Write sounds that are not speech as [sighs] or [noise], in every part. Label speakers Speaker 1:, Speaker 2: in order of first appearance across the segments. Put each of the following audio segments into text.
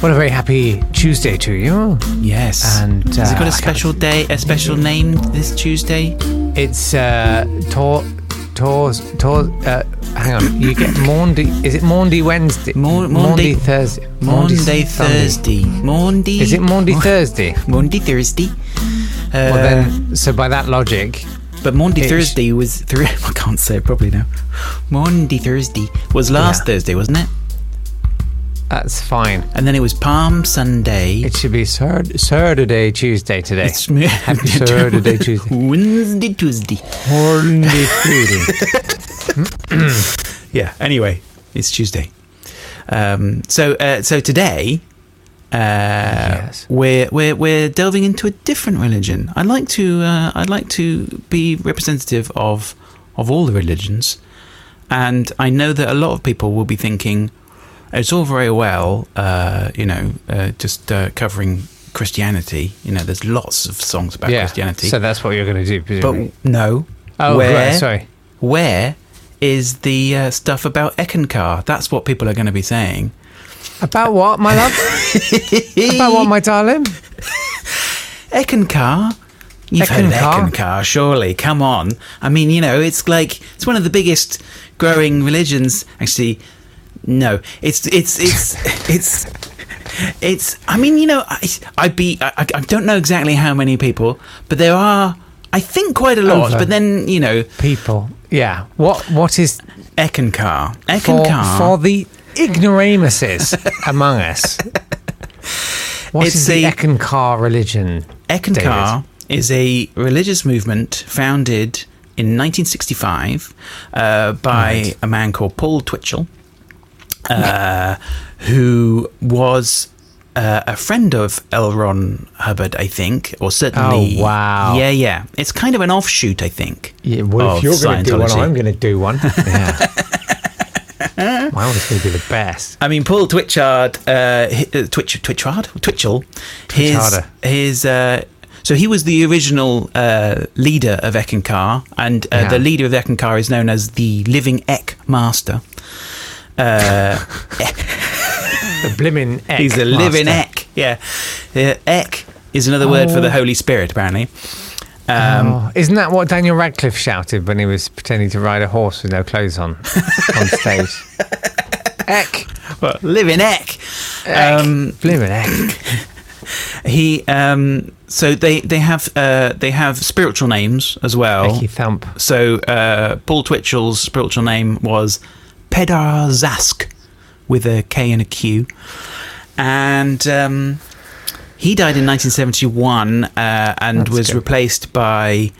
Speaker 1: What a very happy Tuesday to you.
Speaker 2: Yes.
Speaker 1: And,
Speaker 2: has
Speaker 1: uh,
Speaker 2: it got
Speaker 1: I
Speaker 2: a special day, a special name this Tuesday?
Speaker 1: It's uh, Tor, Tor's, Tor. Uh, hang on, you
Speaker 2: [coughs]
Speaker 1: get Maundy. Is it Maundy Wednesday?
Speaker 2: Maun-
Speaker 1: Maundy
Speaker 2: Maundy-
Speaker 1: Thursday. Maundy
Speaker 2: Monday,
Speaker 1: Sunday.
Speaker 2: Thursday. Monday.
Speaker 1: Is it Maundy
Speaker 2: [laughs]
Speaker 1: Thursday?
Speaker 2: Monday, Thursday. Uh,
Speaker 1: Well then, so by that logic,
Speaker 2: but Monday,
Speaker 1: it's-
Speaker 2: Thursday was three. [laughs] I can't say it properly now. Monday, Thursday was last
Speaker 1: Yeah.
Speaker 2: Thursday, wasn't it?
Speaker 1: that's fine.
Speaker 2: And then it was Palm Sunday.
Speaker 1: It should be Sur- Saturday, Tuesday today.
Speaker 2: It's [laughs] me-
Speaker 1: happy Saturday, Tuesday.
Speaker 2: Wednesday, Tuesday.
Speaker 1: Horny [laughs] Tuesday.
Speaker 2: Yeah. Anyway, it's Tuesday. Um, so, uh, so today uh,
Speaker 1: Yes.
Speaker 2: we're we're we're delving into a different religion. I'd like to uh, I'd like to be representative of of all the religions, and I know that a lot of people will be thinking it's all very well, uh, you know, uh, just uh, covering Christianity. You know, there's lots of songs about
Speaker 1: Yeah.
Speaker 2: Christianity,
Speaker 1: So that's what you're going to do,
Speaker 2: but
Speaker 1: presumably.
Speaker 2: no,
Speaker 1: oh,
Speaker 2: where
Speaker 1: right, sorry.
Speaker 2: where is the uh, stuff about Ekankar? That's what people are going to be saying.
Speaker 1: About what, my
Speaker 2: [laughs]
Speaker 1: love? About what, my darling?
Speaker 2: Ekankar? You've heard of
Speaker 1: Ekankar?
Speaker 2: Ekankar, surely. Come on. I mean, you know, it's like it's one of the biggest growing religions. Actually, no. It's it's
Speaker 1: [laughs]
Speaker 2: it's it's it's. I mean, you know, I, I'd be. I, I- I don't know exactly how many people, but there are. I think quite a lot.
Speaker 1: Over.
Speaker 2: But then you know,
Speaker 1: People. Yeah. What? What is
Speaker 2: Ekankar,
Speaker 1: for,
Speaker 2: Ekankar.
Speaker 1: for the ignoramuses among
Speaker 2: [laughs]
Speaker 1: us. What is
Speaker 2: It's
Speaker 1: the
Speaker 2: a-
Speaker 1: Ekankar religion?
Speaker 2: Ekankar is a religious movement founded in 1965 uh, by a man called Paul Twitchell, uh, who was uh, a friend of L. Ron Hubbard, I think, or certainly.
Speaker 1: Oh, wow.
Speaker 2: Yeah, yeah. It's kind of an offshoot, I think.
Speaker 1: Yeah, well, if
Speaker 2: of
Speaker 1: you're going to do one,
Speaker 2: Oh, Scientology.
Speaker 1: I'm going to do
Speaker 2: [laughs]
Speaker 1: one. Yeah. [laughs] my one's going to be the best.
Speaker 2: I mean, Paul Twitchard, uh, hi- uh, Twitch, Twitchard, Twitchell, his,
Speaker 1: Twitcharder.
Speaker 2: his, uh, so he was the original uh, leader of Ekankar, and uh,
Speaker 1: Yeah.
Speaker 2: the leader of Ekankar is known as the Living Ek Master. Uh,
Speaker 1: The blimmin' Ek
Speaker 2: he's a Living
Speaker 1: master.
Speaker 2: Ek, yeah. Uh, ek is another word for the Holy Spirit, apparently.
Speaker 1: Oh, isn't that what Daniel Radcliffe shouted when he was pretending to ride a horse with no clothes
Speaker 2: [laughs]
Speaker 1: on on stage? Ek,
Speaker 2: Well, Living Ek.
Speaker 1: Ek.
Speaker 2: Um,
Speaker 1: blimmin' Ek.
Speaker 2: he, um, so they they have uh, they have spiritual names as well.
Speaker 1: Ecky thump.
Speaker 2: So uh, Paul Twitchell's spiritual name was Pedar Zask, with a K and a Q, and um, he died in 1971 uh, and
Speaker 1: That's
Speaker 2: was
Speaker 1: good. Oh.
Speaker 2: replaced by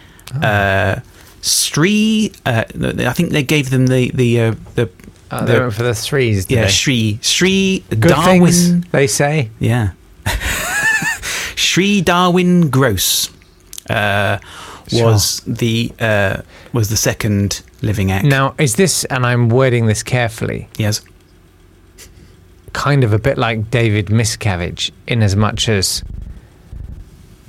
Speaker 2: uh, Sri. Uh, I think they gave them the the uh, the,
Speaker 1: Oh,
Speaker 2: the-
Speaker 1: they went for the threes. did
Speaker 2: yeah
Speaker 1: they?
Speaker 2: Sri Sri
Speaker 1: Good
Speaker 2: Darwin.
Speaker 1: things they say.
Speaker 2: Yeah. [laughs] Sri Darwin Gross uh, was the uh, was the second living act.
Speaker 1: Now, is this, and I'm wording this carefully,
Speaker 2: Yes.
Speaker 1: kind of a bit like David Miscavige, in as much as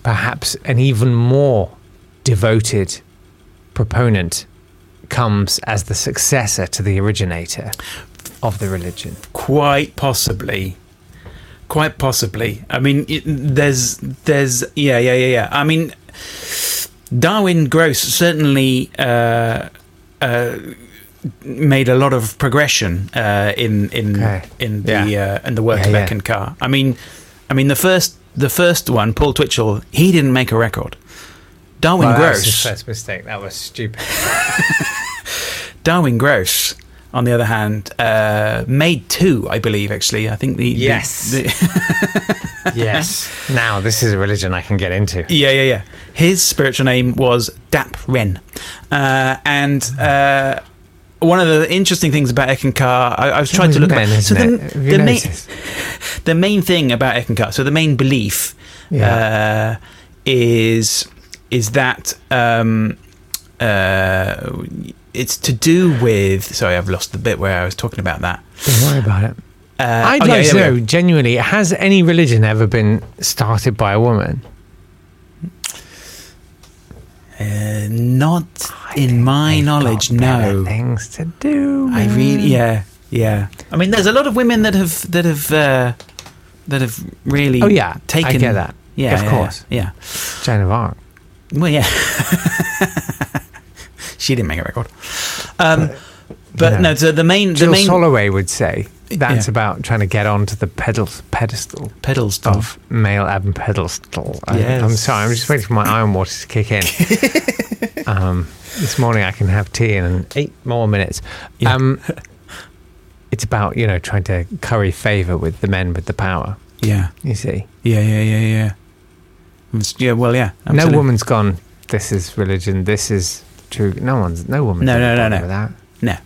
Speaker 1: perhaps an even more devoted proponent comes as the successor to the originator of the religion.
Speaker 2: Quite possibly. Quite possibly. I mean, it, there's, there's, yeah, yeah, yeah, yeah. I mean, Darwin Gross certainly uh, uh, made a lot of progression uh, in in
Speaker 1: Okay.
Speaker 2: in the
Speaker 1: Yeah.
Speaker 2: uh, in the work
Speaker 1: Yeah,
Speaker 2: of
Speaker 1: yeah.
Speaker 2: Eck and Carr. I mean, I mean the first the first one, Paul Twitchell, he didn't make a record. Darwin
Speaker 1: Well, that was his
Speaker 2: Gross,
Speaker 1: first mistake. That was
Speaker 2: [laughs]
Speaker 1: stupid.
Speaker 2: Darwin Gross, on the other hand, uh, made two, I believe. Actually, I think the the-
Speaker 1: Yes.
Speaker 2: the,
Speaker 1: yes. Now this is a religion I can get into.
Speaker 2: Yeah, yeah, yeah. His spiritual name was Dap Ren. Uh, and uh, one of the interesting things about Ekankar, I, I was trying to look
Speaker 1: men,
Speaker 2: at.
Speaker 1: isn't
Speaker 2: the,
Speaker 1: it? Have you
Speaker 2: the, main,
Speaker 1: noticed?
Speaker 2: the main thing about Ekankar, so the main belief uh, is is that um, uh, it's to do with. Sorry, I've lost the bit where I was talking about that.
Speaker 1: Don't worry about it.
Speaker 2: Uh,
Speaker 1: I'd
Speaker 2: oh, yeah,
Speaker 1: like
Speaker 2: yeah,
Speaker 1: to
Speaker 2: yeah.
Speaker 1: know, genuinely, has any religion ever been started by a woman?
Speaker 2: Uh, not in my knowledge, no.
Speaker 1: Things to do.
Speaker 2: I really,
Speaker 1: Mm.
Speaker 2: yeah, yeah. I mean, there's a lot of women that have that have uh, that have really.
Speaker 1: Oh yeah,
Speaker 2: taken.
Speaker 1: I get that.
Speaker 2: Yeah,
Speaker 1: of
Speaker 2: yeah,
Speaker 1: course.
Speaker 2: Yeah.
Speaker 1: Joan of Arc.
Speaker 2: Well, yeah. [laughs] she didn't make a record. Um, but
Speaker 1: no.
Speaker 2: no. so the main the
Speaker 1: Jill
Speaker 2: main
Speaker 1: Soloway would say that's
Speaker 2: Yeah.
Speaker 1: about trying to get onto the pedal, pedestal
Speaker 2: pedal stuff.
Speaker 1: of male ab pedestal. I- I'm
Speaker 2: Yes.
Speaker 1: sorry, I'm just waiting for my iron water to kick
Speaker 2: [laughs]
Speaker 1: in. um, this morning I can have tea in eight more minutes.
Speaker 2: Yeah.
Speaker 1: Um, it's about you know trying to curry favour with the men with the power.
Speaker 2: Yeah,
Speaker 1: You see,
Speaker 2: yeah, yeah, yeah, yeah. It's- yeah, well, yeah. absolutely.
Speaker 1: no woman's gone. This is religion. This is true. No one's no woman.
Speaker 2: No, no, no, no.
Speaker 1: Without.
Speaker 2: No.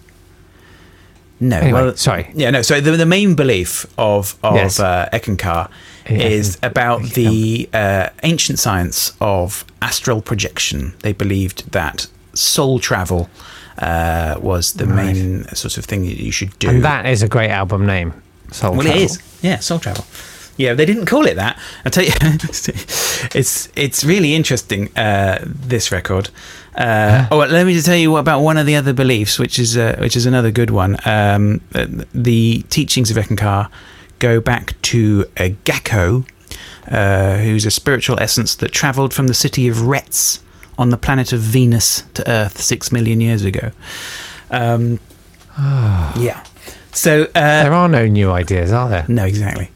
Speaker 2: No.
Speaker 1: Anyway,
Speaker 2: well,
Speaker 1: sorry.
Speaker 2: Yeah, no. So the, the main belief of of
Speaker 1: Yes.
Speaker 2: uh, Eckankar
Speaker 1: Yeah,
Speaker 2: is
Speaker 1: Ekin-
Speaker 2: about the uh, ancient science of astral projection. They believed that soul travel uh, was the
Speaker 1: Right.
Speaker 2: main sort of thing that you should do.
Speaker 1: And that is a great album name. Soul
Speaker 2: well,
Speaker 1: Travel.
Speaker 2: it is. Yeah, soul travel. Yeah, they didn't call it that. I tell you, [laughs] it's it's really interesting. Uh, this record. Uh, oh, let me just tell you about one of the other beliefs, which is uh, which is another good one. Um, uh, the teachings of Ekankar go back to uh, Gakko, uh, who's a spiritual essence that travelled from the city of Retz on the planet of Venus to Earth six million years ago. Um,
Speaker 1: [sighs]
Speaker 2: yeah. So uh,
Speaker 1: There are no new ideas, are there?
Speaker 2: no, exactly.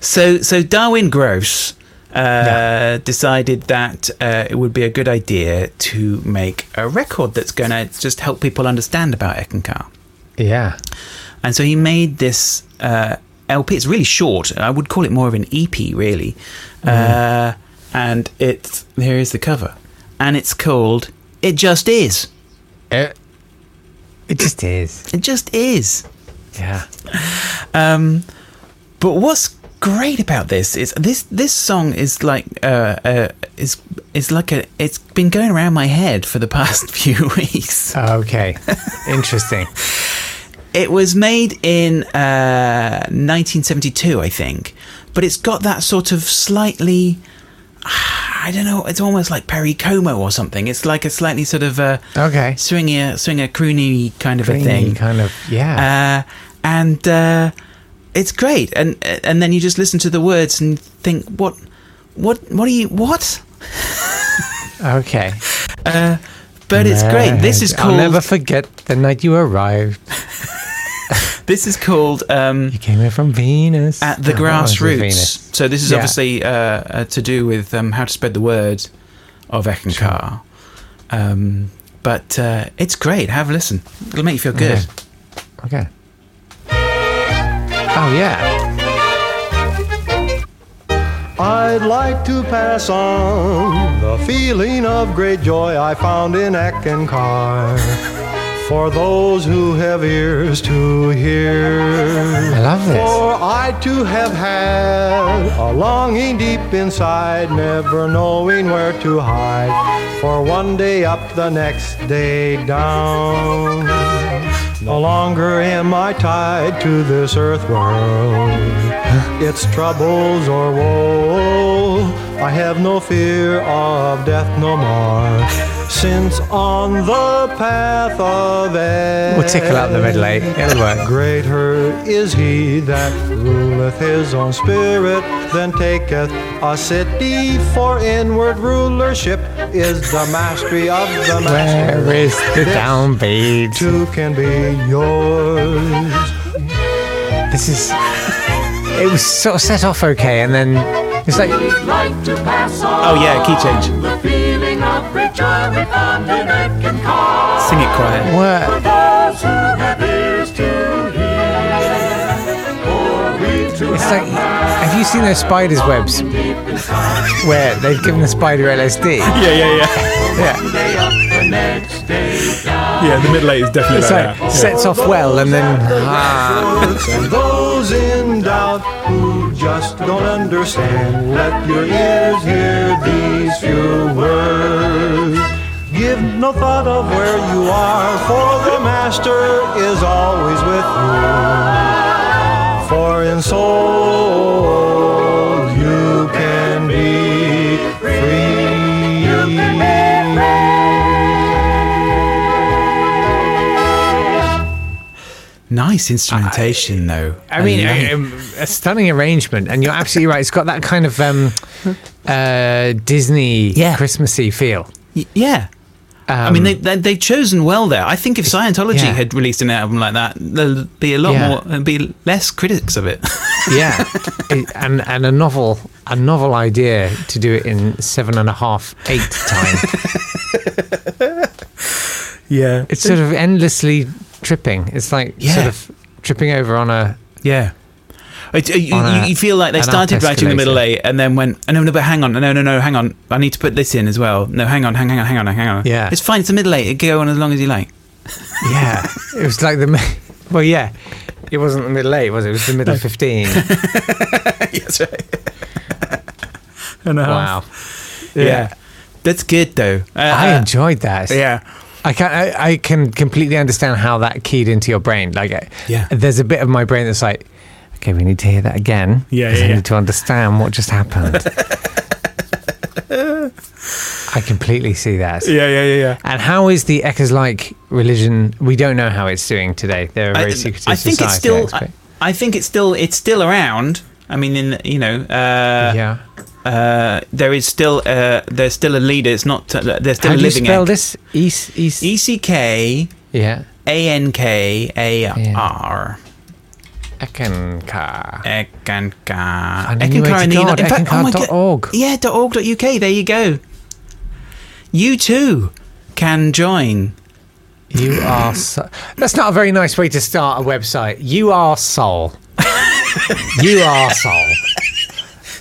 Speaker 2: so, so Darwin Gross uh, decided that uh, it would be a good idea to make a record that's going to just help people understand about Ekankar.
Speaker 1: Yeah.
Speaker 2: And so he made this uh, LP. It's really short. I would call it more of an EP, really. Uh, and it's here is the cover, and it's called "It Just Is."
Speaker 1: It, it just is.
Speaker 2: It just is.
Speaker 1: Yeah.
Speaker 2: Um, but what's great about this is this this song is like uh, uh is is like a it's been going around my head for the past [laughs] few weeks.
Speaker 1: Okay.
Speaker 2: [laughs]
Speaker 1: Interesting.
Speaker 2: It was made in uh, 1972, I think, but it's got that sort of slightly. I don't know. It's almost like Perry Como or something. It's like a slightly sort of uh,
Speaker 1: Okay.
Speaker 2: swinger, swinger, croony kind of
Speaker 1: Dreamy
Speaker 2: a thing.
Speaker 1: Kind of. Yeah.
Speaker 2: uh, and uh, it's great. And and then you just listen to the words and think, what, what, what are you, what?
Speaker 1: okay.
Speaker 2: Uh, But it's great. This is
Speaker 1: I'll
Speaker 2: called.
Speaker 1: never forget the night you arrived.
Speaker 2: This is called um,
Speaker 1: You came here from Venus.
Speaker 2: at the
Speaker 1: Oh, that was with Venus.
Speaker 2: grassroots. So this is
Speaker 1: Yeah.
Speaker 2: obviously uh, uh, to do with um, how to spread the word of Ekankar. Um, but uh, it's great. Have a listen. It'll make you feel good.
Speaker 1: Okay. Oh yeah.
Speaker 3: I'd like to pass on the feeling of great joy I found in Eckankar for those who have ears to hear.
Speaker 1: I love this.
Speaker 3: For I too have had a longing deep inside, never knowing where to hide. For one day up, the next day down. No longer am I tied to this earth world. Its troubles or woe, I have no fear of death no more. since on the path of
Speaker 1: We'll tickle out the middle eight. It'll work.
Speaker 3: Greater is he that ruleth his own spirit than taketh a city, for inward rulership is the mastery of the master.
Speaker 1: Where is the downbeat?
Speaker 3: Two can be yours.
Speaker 1: This is. It was sort of set off okay, and then it's like
Speaker 2: Oh yeah, key change. Sing it quiet.
Speaker 1: what? It's like, have you seen those spiders' webs where they've given the spider LSD?
Speaker 4: Yeah, yeah, yeah.
Speaker 1: Yeah,
Speaker 4: Yeah, the middle eight is definitely
Speaker 1: it's
Speaker 4: like
Speaker 1: like
Speaker 4: that. Yeah.
Speaker 1: sets off well, and then ah,
Speaker 3: and those in doubt who just don't understand, let your ears hear these few words. Give no thought of where you are, for the Master is always with you. For in soul you can be free. You can be free.
Speaker 2: Nice instrumentation, though.
Speaker 1: I mean,
Speaker 2: love
Speaker 1: a, a- a stunning arrangement, and you're absolutely right. It's got that kind of um, uh, Disney
Speaker 2: Yeah.
Speaker 1: Christmassy feel.
Speaker 2: Y- Yeah. I mean, they, they, they've chosen well there. I think if Scientology
Speaker 1: Um, yeah.
Speaker 2: had released an album like that, there'd be a lot
Speaker 1: Yeah.
Speaker 2: more, there'd be less critics of it. [laughs]
Speaker 1: Yeah, It- and and a novel, a novel idea to do it in seven and a half, eight time.
Speaker 4: yeah.
Speaker 1: It's sort of endlessly tripping. It's like sort
Speaker 2: Yeah.
Speaker 1: of tripping over on a.
Speaker 2: yeah. It, you,
Speaker 1: On a-
Speaker 2: you- you feel like they
Speaker 1: an
Speaker 2: started
Speaker 1: up
Speaker 2: writing the middle
Speaker 1: escalator.
Speaker 2: eight and then went, oh, no, no, but hang on. No, no, no, hang on. I need to put this in as well. No, hang on, hang on, hang on, hang on.
Speaker 1: Yeah.
Speaker 2: It's fine. It's the middle eight. It go on as long as
Speaker 1: [laughs]
Speaker 2: you like.
Speaker 1: Yeah, it was like the. mi- Well, yeah, it wasn't the middle eight, was it? It was the middle fifteen.
Speaker 2: That's right.
Speaker 4: And a half.
Speaker 1: Wow,
Speaker 2: [laughs] Yeah. That's good, though. Uh,
Speaker 1: I
Speaker 2: uh,
Speaker 1: enjoyed that.
Speaker 2: Yeah.
Speaker 1: I can I, I can completely understand how that keyed into your brain. Like, uh,
Speaker 2: Yeah.
Speaker 1: there's a bit of my brain that's like, okay, we need to hear that again.
Speaker 4: Yeah,
Speaker 1: 'cause
Speaker 4: yeah,
Speaker 1: I
Speaker 4: yeah.
Speaker 1: need to understand what
Speaker 4: [laughs]
Speaker 1: just happened. I completely see that.
Speaker 4: Yeah, yeah, yeah, yeah.
Speaker 1: And how is the Eckers like religion? We don't know how it's doing today. They're a very secretive
Speaker 2: I think it's
Speaker 1: society, I
Speaker 2: still. I,
Speaker 1: expect.
Speaker 2: I think it's still. It's still around. I mean, in you know, uh,
Speaker 1: yeah.
Speaker 2: uh, there is still. Uh, there's still a leader. It's not. Uh, there's still
Speaker 1: How
Speaker 2: a
Speaker 1: do you
Speaker 2: living.
Speaker 1: spell
Speaker 2: egg.
Speaker 1: this? East, East.
Speaker 2: E C K
Speaker 1: Yeah.
Speaker 2: A N K A R.
Speaker 1: Eckencar.
Speaker 2: Ekankar.
Speaker 1: Find a new way to
Speaker 2: Ekankar in the
Speaker 1: God,
Speaker 2: United. in fact, oh my God-
Speaker 1: ekankar.org.
Speaker 2: Yeah, dot .org. dot UK. There you go. You too can join.
Speaker 1: You are. So- That's not a very nice way to start a website. You are soul. you are soul.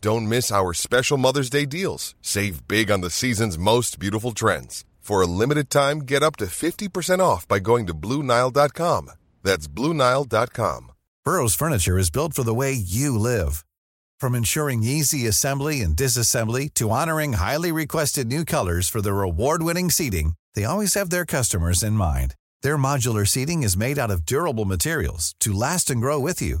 Speaker 5: Don't miss our special Mother's Day deals. Save big on the season's most beautiful trends. For a limited time, get up to 50% off by going to BlueNile.com. That's BlueNile.com.
Speaker 6: Burrow's furniture is built for the way you live. From ensuring easy assembly and disassembly to honoring highly requested new colors for their award-winning seating, they always have their customers in mind. Their modular seating is made out of durable materials to last and grow with you.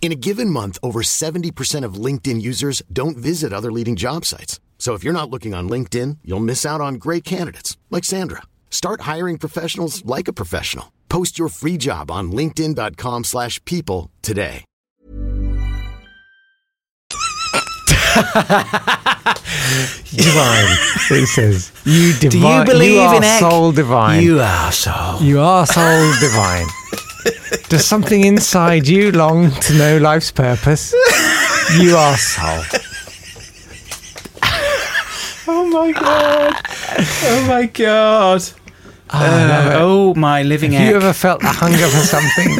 Speaker 7: In a given month, over 70% of LinkedIn users don't visit other leading job sites. So if you're not looking on LinkedIn, you'll miss out on great candidates like Sandra. Start hiring professionals like a professional. Post your free job on linkedin.com/people slash people today.
Speaker 1: Divine. It says you divine.
Speaker 2: Do you believe
Speaker 1: are
Speaker 2: in egg?
Speaker 1: soul divine?
Speaker 2: You are so.
Speaker 1: You are soul divine. Does something inside you long to know life's purpose? You arsehole.
Speaker 4: Oh my god. Oh my god.
Speaker 2: Uh, oh my living
Speaker 1: Have
Speaker 2: egg.
Speaker 1: you ever felt a hunger for something?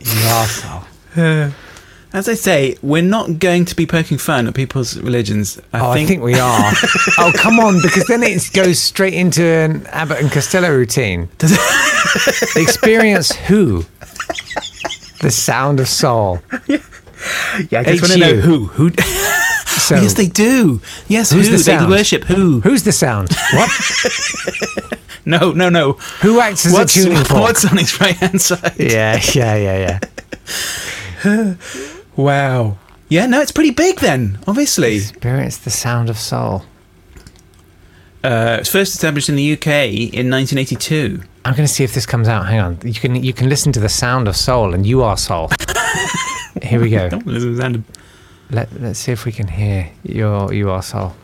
Speaker 1: you arsehole.
Speaker 2: As I say, we're not going to be poking fun at people's religions. I,
Speaker 1: Oh,
Speaker 2: think,
Speaker 1: I think we are. oh, come on, because then it goes straight into an Abbott and Costello routine. [laughs] Experience who? The sound of soul.
Speaker 4: Yeah, I
Speaker 1: just wanna know
Speaker 4: who. Who?
Speaker 1: So,
Speaker 2: yes, they do. Yes,
Speaker 1: Who's
Speaker 2: who?
Speaker 1: the
Speaker 2: they
Speaker 1: sound?
Speaker 2: worship who?
Speaker 1: who's the sound? What?
Speaker 2: No, no, no.
Speaker 1: Who acts as
Speaker 2: What's,
Speaker 1: a
Speaker 2: [laughs]
Speaker 1: tuning fork?
Speaker 2: what's on his right hand side?
Speaker 1: Yeah, yeah, yeah, yeah.
Speaker 4: Wow.
Speaker 2: Yeah, no, it's pretty big then, obviously.
Speaker 1: Experience the sound of soul.
Speaker 2: Uh, it was first established in the UK in 1982.
Speaker 1: I'm going to see if this comes out. Hang on. You can you can listen to the sound of soul, and you are soul. Here we go.
Speaker 2: Don't listen to the sound of-
Speaker 1: Let, let's see if we can hear your you are soul.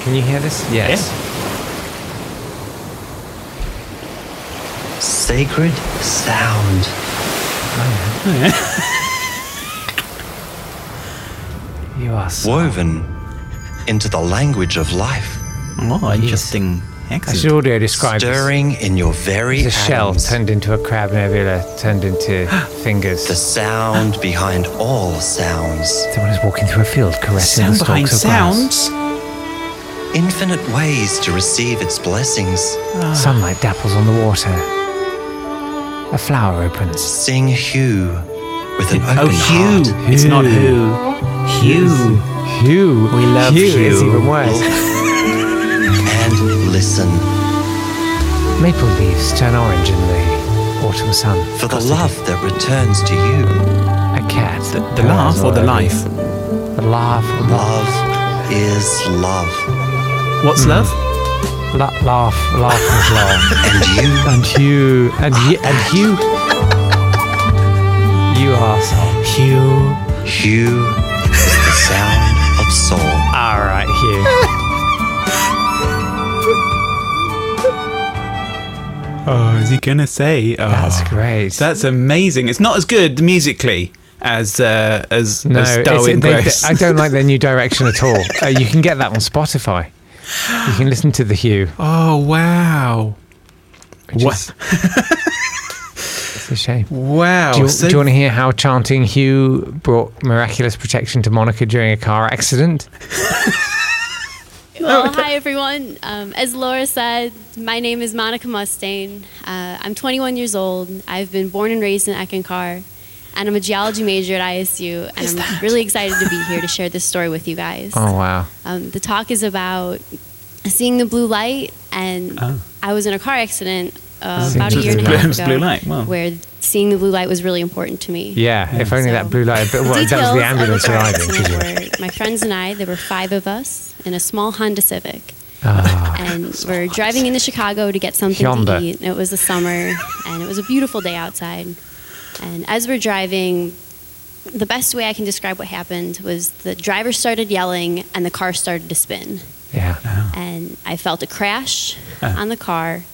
Speaker 1: Can you hear this? Yes.
Speaker 8: Sacred sound.
Speaker 1: You are soul.
Speaker 8: Woven into the language of life.
Speaker 2: Oh, interesting.
Speaker 1: I should
Speaker 2: Excellent.
Speaker 1: audio describe this.
Speaker 8: Stirring in your very
Speaker 1: It's a shell
Speaker 8: atoms.
Speaker 1: turned into a crab nebula, turned into fingers.
Speaker 8: The sound behind all sounds.
Speaker 1: Someone is walking through a field, caressing
Speaker 2: Sound
Speaker 1: the
Speaker 2: behind
Speaker 1: stalks of grass.
Speaker 2: sounds.
Speaker 8: Infinite ways to receive its blessings.
Speaker 1: Sunlight dapples on the water. A flower opens.
Speaker 8: Sing Hugh with an open
Speaker 2: Oh, Hugh.
Speaker 8: heart.
Speaker 2: It's not who. Hugh.
Speaker 1: Hugh.
Speaker 2: We love
Speaker 1: Hugh. Is
Speaker 2: Hugh.
Speaker 1: even worse.
Speaker 8: And listen
Speaker 1: Maple leaves turn orange in the autumn sun.
Speaker 8: for the love that returns
Speaker 9: Uh,
Speaker 8: to you.
Speaker 1: A cat.
Speaker 2: The, the laugh or the life?
Speaker 1: The laugh.
Speaker 8: Love is love.
Speaker 2: What's
Speaker 1: Hmm.
Speaker 2: love?
Speaker 1: La- laugh. Laugh is love.
Speaker 8: [laughs] And you
Speaker 1: and Hugh. And, y- and Hugh. You arsehole.
Speaker 2: Hugh.
Speaker 8: Hugh is the sound of soul.
Speaker 1: Alright, Hugh.
Speaker 2: Oh, is he gonna say? Oh,
Speaker 1: That's great.
Speaker 2: that's amazing. It's not as good musically as uh, as,
Speaker 1: no,
Speaker 2: as
Speaker 1: it's-
Speaker 2: Darwin
Speaker 1: they-
Speaker 2: Grace.
Speaker 1: I don't like their new direction at
Speaker 8: [laughs]
Speaker 1: all. Uh, you can get that on Spotify. You can listen to the Hugh.
Speaker 2: oh wow!
Speaker 1: which
Speaker 2: What?
Speaker 1: is- It's a shame.
Speaker 2: Wow!
Speaker 1: Do you,
Speaker 2: so-
Speaker 1: do you want to hear how chanting Hugh brought miraculous protection to Monica during a car accident?
Speaker 2: [laughs]
Speaker 9: Well, Oh, hi everyone. Um, as Laura said, my name is Monica Mustaine. Uh, I'm 21 years old. I've been born and raised in Eckankar, and I'm a geology major at ISU. And I'm really excited to be here to share this story with you guys.
Speaker 1: Oh wow!
Speaker 9: Um, the talk is about seeing the blue light, and I was in a car accident uh,
Speaker 1: Seeing
Speaker 9: about a
Speaker 1: the
Speaker 9: year and a
Speaker 1: blue
Speaker 9: half
Speaker 2: light.
Speaker 9: ago,
Speaker 2: Oh. Blue light, wow.
Speaker 9: where seeing the blue light was really important to me.
Speaker 1: Yeah, if only that
Speaker 9: So-
Speaker 1: blue light. But
Speaker 9: The
Speaker 1: well, that was
Speaker 9: details
Speaker 1: the ambulance
Speaker 9: of the car
Speaker 1: arriving.
Speaker 9: accident
Speaker 1: didn't it?
Speaker 9: were my friends and I. There were five of us in a small Honda Civic,
Speaker 1: Ah,
Speaker 9: and we're driving into Chicago to get something
Speaker 1: Hyundai.
Speaker 9: to eat. And it was the summer, and it was a beautiful day outside. And as we're driving, the best way I can describe what happened was the driver started yelling, and the car started to spin
Speaker 1: Yeah.
Speaker 9: and I felt a crash on the car.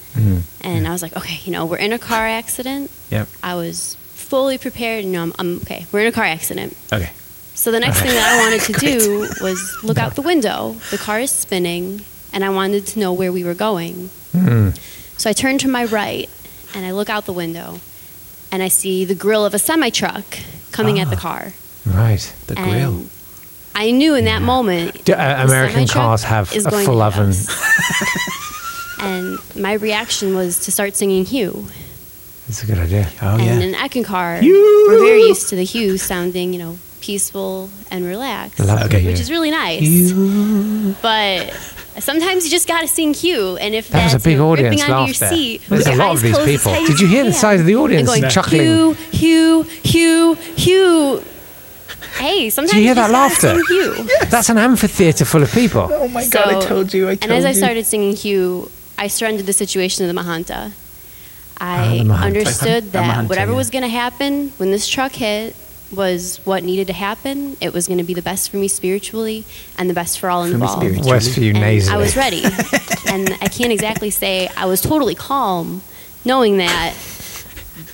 Speaker 9: And I was like, okay, you know, we're in a car accident.
Speaker 2: Yep.
Speaker 9: I was fully prepared. No, I'm, I'm okay. We're in a car accident.
Speaker 2: Okay.
Speaker 9: So the next thing that I wanted to do was look out the window. The car is spinning, and I wanted to know where we were going. So I turn to my right, and I look out the window, and I see the grill of a semi truck coming at the car.
Speaker 1: Right.
Speaker 2: The
Speaker 9: and
Speaker 2: grill.
Speaker 9: I knew in that moment.
Speaker 1: Do, uh,
Speaker 9: the
Speaker 1: American
Speaker 9: semi-truck
Speaker 1: cars have
Speaker 9: is
Speaker 1: a
Speaker 9: going
Speaker 1: full
Speaker 9: to hit
Speaker 1: oven.
Speaker 9: us. [laughs] and my reaction was to start singing Hugh.
Speaker 1: It's a good idea.
Speaker 2: Oh
Speaker 9: and
Speaker 2: yeah.
Speaker 9: in Eckankar, we're very used to the Hugh sounding, you know, peaceful and relaxed,
Speaker 1: Lovely.
Speaker 2: Okay.
Speaker 9: which is really nice. But sometimes you just got to sing Hugh, and if
Speaker 1: That was a
Speaker 9: that's
Speaker 1: big
Speaker 9: you know, ripping
Speaker 1: audience
Speaker 9: onto
Speaker 1: laugh
Speaker 9: your
Speaker 1: there.
Speaker 9: seat,
Speaker 1: There's
Speaker 9: with
Speaker 1: a
Speaker 9: your
Speaker 1: lot
Speaker 9: eyes
Speaker 1: of these
Speaker 9: closed as
Speaker 1: people.
Speaker 9: tight as
Speaker 1: Did you hear the
Speaker 9: can,
Speaker 1: size of the audience
Speaker 9: and going,
Speaker 1: chuckling?
Speaker 9: Hugh, Hugh, Hugh, Hugh. Hey, sometimes
Speaker 1: hear
Speaker 9: you
Speaker 1: that
Speaker 9: just gotta
Speaker 1: laughter?
Speaker 9: Sing Hugh.
Speaker 1: That's an amphitheater full of
Speaker 9: [laughs]
Speaker 1: people.
Speaker 4: Oh my
Speaker 9: So- and as I started singing Hugh, I surrendered the situation to the Mahanta. I
Speaker 1: Ah, the Mahanta.
Speaker 9: understood
Speaker 2: The
Speaker 9: that
Speaker 2: Mahanta,
Speaker 9: whatever
Speaker 2: yeah.
Speaker 9: was going to happen when this truck hit was what needed to happen. It was going to be the best for me spiritually and the best for all involved.
Speaker 1: Westview
Speaker 9: And
Speaker 1: nasally.
Speaker 9: I was
Speaker 1: [laughs]
Speaker 9: ready. and I can't exactly say I was totally calm knowing that,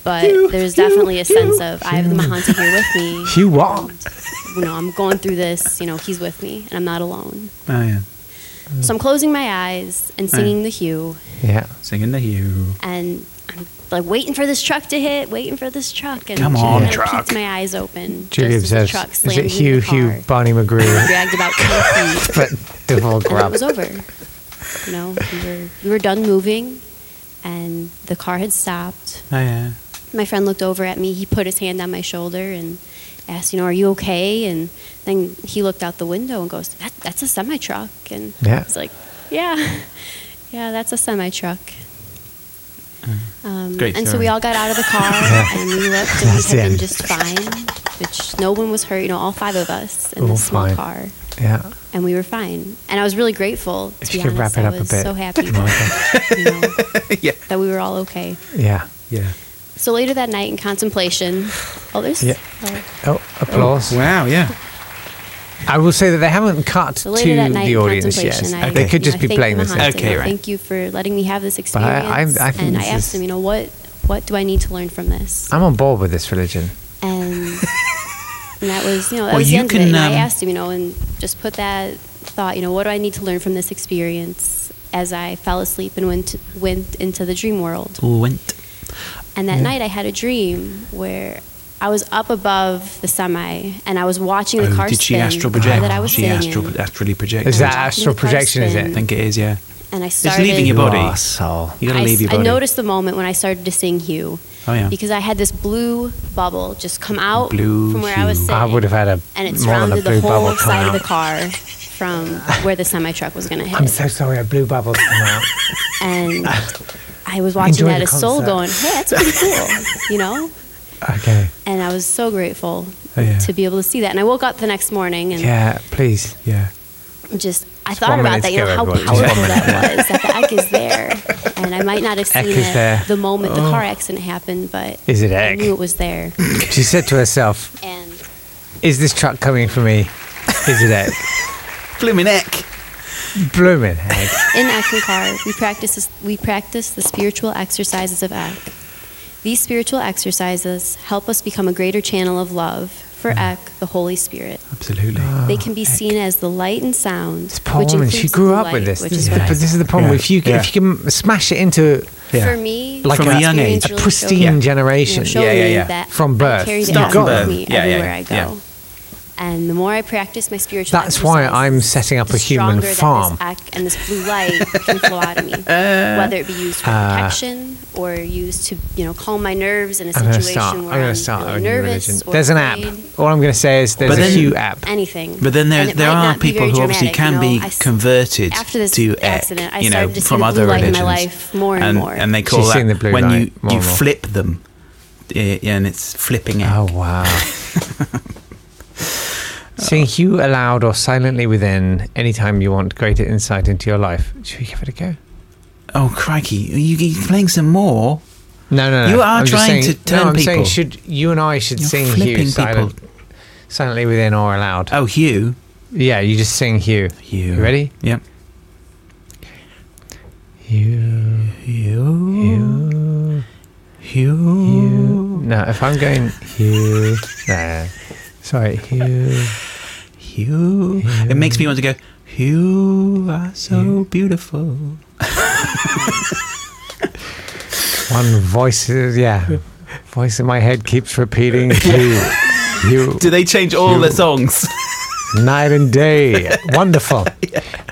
Speaker 9: But there's definitely a sense of I have the Mahanta here with
Speaker 1: [laughs]
Speaker 9: me.
Speaker 1: You what?
Speaker 9: You know, I'm going through this. You know, he's with me, and I'm not alone.
Speaker 2: Oh yeah.
Speaker 1: Mm.
Speaker 9: So I'm closing my eyes and
Speaker 2: Yeah.
Speaker 9: singing the hue,
Speaker 1: Yeah.
Speaker 2: Singing the hue.
Speaker 9: and I'm like waiting for this truck to hit, waiting for this truck, and
Speaker 1: Come on,
Speaker 9: and I
Speaker 1: truck.
Speaker 9: peeked my eyes open.
Speaker 1: Julia
Speaker 9: just as the
Speaker 1: says,
Speaker 9: truck
Speaker 1: "Is
Speaker 9: slammed
Speaker 1: it
Speaker 9: into
Speaker 1: Hugh
Speaker 9: the car,
Speaker 1: Hugh Barney
Speaker 9: [laughs]
Speaker 1: McGrew?" [laughs]
Speaker 9: Dragged about ten feet.
Speaker 1: but devil
Speaker 9: and it
Speaker 1: grub.
Speaker 9: was over. You know, we were we were done moving, and the car had stopped.
Speaker 2: Oh yeah.
Speaker 9: My friend looked over at me. He put his hand on my shoulder and asked, "You know, are you okay?" And then he looked out the window and goes, that, "That's a semi truck." And
Speaker 1: Yeah.
Speaker 9: I was like, "Yeah, [laughs] yeah, that's a semi truck." Um,
Speaker 2: Great
Speaker 9: and so
Speaker 2: story.
Speaker 9: we all got out of the car
Speaker 1: Mm. [laughs] Yeah.
Speaker 9: and we left, and we
Speaker 1: That's
Speaker 9: had
Speaker 1: the
Speaker 9: been
Speaker 1: end.
Speaker 9: just fine. Which no one was hurt. You know, all five of us in
Speaker 1: All
Speaker 9: this small
Speaker 1: fine.
Speaker 9: car
Speaker 1: Yeah.
Speaker 9: and we were fine. And I was really grateful. To
Speaker 1: If
Speaker 9: be
Speaker 1: you could
Speaker 9: honest.
Speaker 1: wrap it
Speaker 9: I
Speaker 1: up a
Speaker 9: was
Speaker 1: bit,
Speaker 9: so happy
Speaker 1: [laughs] Monica.
Speaker 9: that, you
Speaker 1: [laughs]
Speaker 9: know,
Speaker 2: Yeah.
Speaker 9: that we were all okay.
Speaker 1: Yeah.
Speaker 2: Yeah.
Speaker 9: So later that night in contemplation, oh, there's
Speaker 1: Yeah.
Speaker 9: oh.
Speaker 1: Oh, applause.
Speaker 2: Wow. Yeah.
Speaker 1: I will say that they haven't cut
Speaker 9: So
Speaker 1: to
Speaker 9: later that night
Speaker 1: the
Speaker 9: in
Speaker 1: audience yet.
Speaker 9: contemplation, I,
Speaker 1: They
Speaker 9: you
Speaker 1: could
Speaker 9: know,
Speaker 1: just
Speaker 9: I
Speaker 1: be
Speaker 9: thank
Speaker 1: playing
Speaker 9: the
Speaker 1: this.
Speaker 9: Mahanta,
Speaker 1: out.
Speaker 9: you
Speaker 2: Okay,
Speaker 9: know,
Speaker 2: right.
Speaker 9: Thank you for letting me have this
Speaker 1: But I-
Speaker 9: experience.
Speaker 1: I'm- I think
Speaker 9: and I
Speaker 1: this
Speaker 9: asked
Speaker 1: is-
Speaker 9: him, you know, what what do I need to learn from this?
Speaker 1: I'm on board with this religion. [laughs]
Speaker 9: and, and that was you know that
Speaker 2: Well,
Speaker 9: was the
Speaker 2: you
Speaker 9: end
Speaker 2: can,
Speaker 9: of it. And
Speaker 2: um,
Speaker 9: I asked him, you know, and just put that thought, you know, what do I need to learn from this experience as I fell asleep and went went into the dream world.
Speaker 2: Went.
Speaker 9: And that
Speaker 1: Yeah.
Speaker 9: night I had a dream where I was up above the semi and I was watching the
Speaker 2: Oh,
Speaker 9: car
Speaker 2: did she
Speaker 9: spin
Speaker 2: astral project?
Speaker 9: that I was Mm.
Speaker 2: she
Speaker 9: sitting
Speaker 2: astral,
Speaker 9: in.
Speaker 2: astrally projected.
Speaker 1: Is
Speaker 9: I'm
Speaker 1: that
Speaker 9: watching
Speaker 1: astral
Speaker 9: the car
Speaker 1: projection? Is
Speaker 9: spin.
Speaker 2: I
Speaker 1: it?
Speaker 2: think it Oh, is. Yeah.
Speaker 9: And I started
Speaker 2: It's leaving your body.
Speaker 1: You are soul.
Speaker 2: You gotta
Speaker 9: I,
Speaker 2: leave your
Speaker 9: I
Speaker 2: body.
Speaker 9: noticed the moment when I started to sing Hugh
Speaker 2: Oh yeah.
Speaker 9: because I had this blue bubble just come out
Speaker 2: Blue
Speaker 9: from where I was
Speaker 2: hue.
Speaker 9: sitting.
Speaker 1: I would have had a
Speaker 9: and
Speaker 1: more than a
Speaker 9: it surrounded
Speaker 1: blue
Speaker 9: the whole
Speaker 1: bubble come
Speaker 9: side of the
Speaker 1: out.
Speaker 9: car from where the semi truck was going to hit.
Speaker 1: I'm so sorry, a blue bubble come out. [laughs]
Speaker 9: and I was watching
Speaker 1: Enjoy
Speaker 9: that
Speaker 1: the
Speaker 9: as soul
Speaker 1: concept.
Speaker 9: going, hey, that's pretty cool, you know?
Speaker 1: [laughs] Okay.
Speaker 9: And I was so grateful
Speaker 2: Oh, yeah.
Speaker 9: to be able to see that. And I woke up the next morning and
Speaker 1: Yeah, please.
Speaker 2: yeah.
Speaker 9: just, I
Speaker 1: It's
Speaker 9: thought
Speaker 1: one
Speaker 9: about
Speaker 1: minute
Speaker 9: that,
Speaker 1: to
Speaker 9: you know,
Speaker 1: go,
Speaker 9: how
Speaker 1: everybody.
Speaker 9: powerful
Speaker 1: It's one
Speaker 9: that was, that the Eck is there. And I might not have
Speaker 1: Eck
Speaker 9: seen
Speaker 1: is
Speaker 9: it
Speaker 1: there. Oh.
Speaker 9: the moment the car accident happened, but
Speaker 1: Is it
Speaker 9: I
Speaker 1: Eck?
Speaker 9: knew it was there.
Speaker 1: [laughs] She said to herself,
Speaker 9: And
Speaker 1: Is this truck coming for me? Is it
Speaker 9: [laughs]
Speaker 1: egg?
Speaker 2: Blooming neck.
Speaker 1: Blooming egg.
Speaker 9: In Ekankar, we practice, we practice the spiritual exercises of Ek. These spiritual exercises help us become a greater channel of love for
Speaker 1: Mm.
Speaker 9: Ek, the Holy Spirit.
Speaker 2: Absolutely.
Speaker 9: They can be seen as the light and sound,
Speaker 1: Ah, It's
Speaker 9: which
Speaker 1: Paul, and
Speaker 9: includes
Speaker 1: she grew
Speaker 9: the
Speaker 1: up
Speaker 9: light,
Speaker 1: with this.
Speaker 9: Which
Speaker 1: This is
Speaker 9: is
Speaker 1: the-
Speaker 9: what
Speaker 1: but this is the problem.
Speaker 2: Yeah.
Speaker 1: If you can,
Speaker 2: Yeah.
Speaker 1: if you can smash it into
Speaker 2: Yeah.
Speaker 9: For me,
Speaker 1: Like
Speaker 2: From a
Speaker 9: this
Speaker 2: young
Speaker 9: experience
Speaker 2: age.
Speaker 1: a
Speaker 9: really
Speaker 1: pristine
Speaker 9: showed-
Speaker 1: generation,
Speaker 9: You know, showed
Speaker 2: Yeah, yeah,
Speaker 9: me
Speaker 2: yeah.
Speaker 9: that
Speaker 1: From
Speaker 9: I
Speaker 1: birth.
Speaker 9: carried it
Speaker 2: Start
Speaker 9: out
Speaker 2: from
Speaker 9: with
Speaker 2: birth.
Speaker 9: me
Speaker 2: Yeah, yeah,
Speaker 9: everywhere
Speaker 2: yeah,
Speaker 9: I go.
Speaker 2: yeah.
Speaker 9: And the more I practice my spiritual
Speaker 1: That's why
Speaker 9: exercises,
Speaker 1: I'm setting up
Speaker 9: the
Speaker 1: a human
Speaker 9: stronger that this
Speaker 1: farm.
Speaker 9: act and this blue light can flow out
Speaker 1: [laughs]
Speaker 9: of me, whether it be used for
Speaker 1: Uh,
Speaker 9: protection or used to, you know, calm my nerves in a
Speaker 1: I'm going to
Speaker 9: situation
Speaker 1: start. I'm
Speaker 9: where
Speaker 1: going to
Speaker 9: I'm
Speaker 1: start
Speaker 9: really
Speaker 1: a new
Speaker 9: nervous
Speaker 1: religion.
Speaker 9: or
Speaker 1: There's an app.
Speaker 9: afraid,
Speaker 1: All I'm going to say is there's
Speaker 2: But
Speaker 1: a
Speaker 2: then-
Speaker 1: Hugh app.
Speaker 9: Anything.
Speaker 2: But then there
Speaker 9: And it
Speaker 2: there
Speaker 9: might
Speaker 2: are
Speaker 9: not be
Speaker 2: people
Speaker 9: very
Speaker 2: who obviously
Speaker 9: dramatic,
Speaker 2: can
Speaker 9: you know.
Speaker 2: be
Speaker 9: I s-
Speaker 2: converted
Speaker 9: after this
Speaker 2: to Ek,
Speaker 9: accident, I
Speaker 2: you know,
Speaker 9: started to see
Speaker 2: from
Speaker 9: the
Speaker 2: other
Speaker 9: blue light in
Speaker 2: religions.
Speaker 9: my life more and more.
Speaker 2: and they call
Speaker 1: She's
Speaker 2: that
Speaker 1: seen the blue
Speaker 2: when
Speaker 1: light
Speaker 2: you
Speaker 1: more
Speaker 2: you
Speaker 1: and more.
Speaker 2: flip them, eh, and it's flipping Ek.
Speaker 1: Oh wow. Sing Hugh aloud or silently within anytime you want greater insight into your life. Should we give it a go?
Speaker 2: Oh crikey! Are you, you playing some more?
Speaker 1: No, no, no.
Speaker 2: You are
Speaker 1: I'm just saying-
Speaker 2: trying to
Speaker 1: no,
Speaker 2: turn
Speaker 1: I'm saying
Speaker 2: people.
Speaker 1: should you and I should
Speaker 2: You're
Speaker 1: sing
Speaker 2: flipping
Speaker 1: Hugh
Speaker 2: people.
Speaker 1: silent, silently within or aloud.
Speaker 2: Oh, Hugh.
Speaker 1: Yeah, you just sing Hugh.
Speaker 2: Hugh.
Speaker 1: You ready?
Speaker 2: Yep.
Speaker 1: Hugh.
Speaker 2: Hugh.
Speaker 1: Hugh.
Speaker 2: Hugh.
Speaker 1: Hugh. No, if I'm going Hugh. No. Sorry, Hugh.
Speaker 2: Hugh. It makes me want to go. Hugh are so beautiful.
Speaker 1: One voice, is- yeah. Voice in my head keeps repeating Hugh. Hugh.
Speaker 2: Do they change all the
Speaker 1: Hugh.
Speaker 2: songs?
Speaker 1: night and
Speaker 2: [laughs]
Speaker 1: day. Wonderful.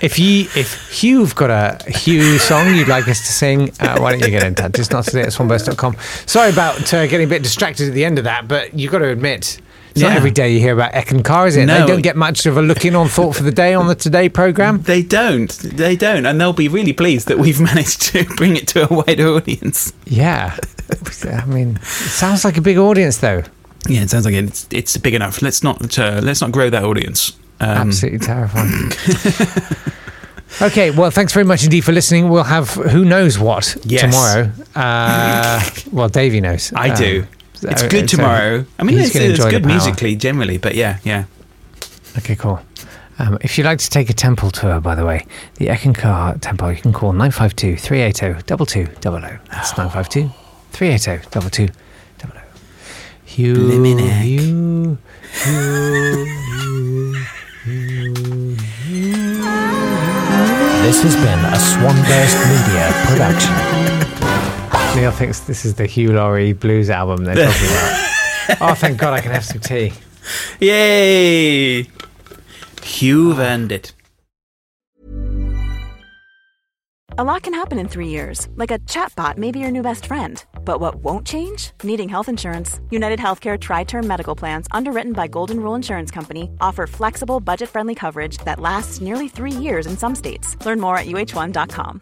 Speaker 1: If you, if you've got a Hugh song you'd like us to sing, uh, why don't you get in touch? It's not today at swanburst.com. Sorry about uh, getting a bit distracted at the end of that, but you've got to admit. It's
Speaker 2: Yeah.
Speaker 1: not every day you hear about Eck and Car, is it?
Speaker 2: No.
Speaker 1: They don't get much of a look in on thought for the day on the Today
Speaker 2: [laughs]
Speaker 1: programme.
Speaker 2: [laughs] They don't. They don't. And they'll be really pleased that we've [laughs] managed to bring it to a wider audience.
Speaker 1: Yeah. [laughs] I mean, it sounds like a big audience, though.
Speaker 2: Yeah, it sounds like it's it's big enough. Let's not uh, let's not grow that audience. Um,
Speaker 1: Absolutely terrifying. [laughs] okay, well, thanks very much indeed for listening. We'll have who knows what
Speaker 2: Yes.
Speaker 1: tomorrow. Uh, well, Davey knows.
Speaker 2: I
Speaker 1: Um,
Speaker 2: do.
Speaker 1: so-
Speaker 2: it's good
Speaker 1: so
Speaker 2: tomorrow. I mean,
Speaker 1: he's
Speaker 2: it's,
Speaker 1: gonna
Speaker 2: it's
Speaker 1: enjoy the
Speaker 2: good
Speaker 1: power.
Speaker 2: musically generally, but yeah, yeah.
Speaker 1: Okay, cool. Um, if you'd like to take a temple tour, by the way, oh,
Speaker 10: Ah.
Speaker 1: the Ekankar Temple, you can call 952 380 2200. That's 952 380 double two oh. double oh. Hugh, Hugh, Hugh, Hugh, Hugh.
Speaker 10: This has been a Swanburst Media production.
Speaker 1: Neil thinks this is the Hugh Laurie blues album they're
Speaker 10: [laughs]
Speaker 1: talking about. oh, thank God I can have some tea.
Speaker 2: Yay! Hugh earned it.
Speaker 11: A lot can happen in three years, like a chatbot may be your new best friend. But what won't change? Needing health insurance. United Healthcare Tri Term Medical Plans, underwritten by Golden Rule Insurance Company, offer flexible, budget friendly coverage that lasts nearly three years in some states. Learn more at uh1.com.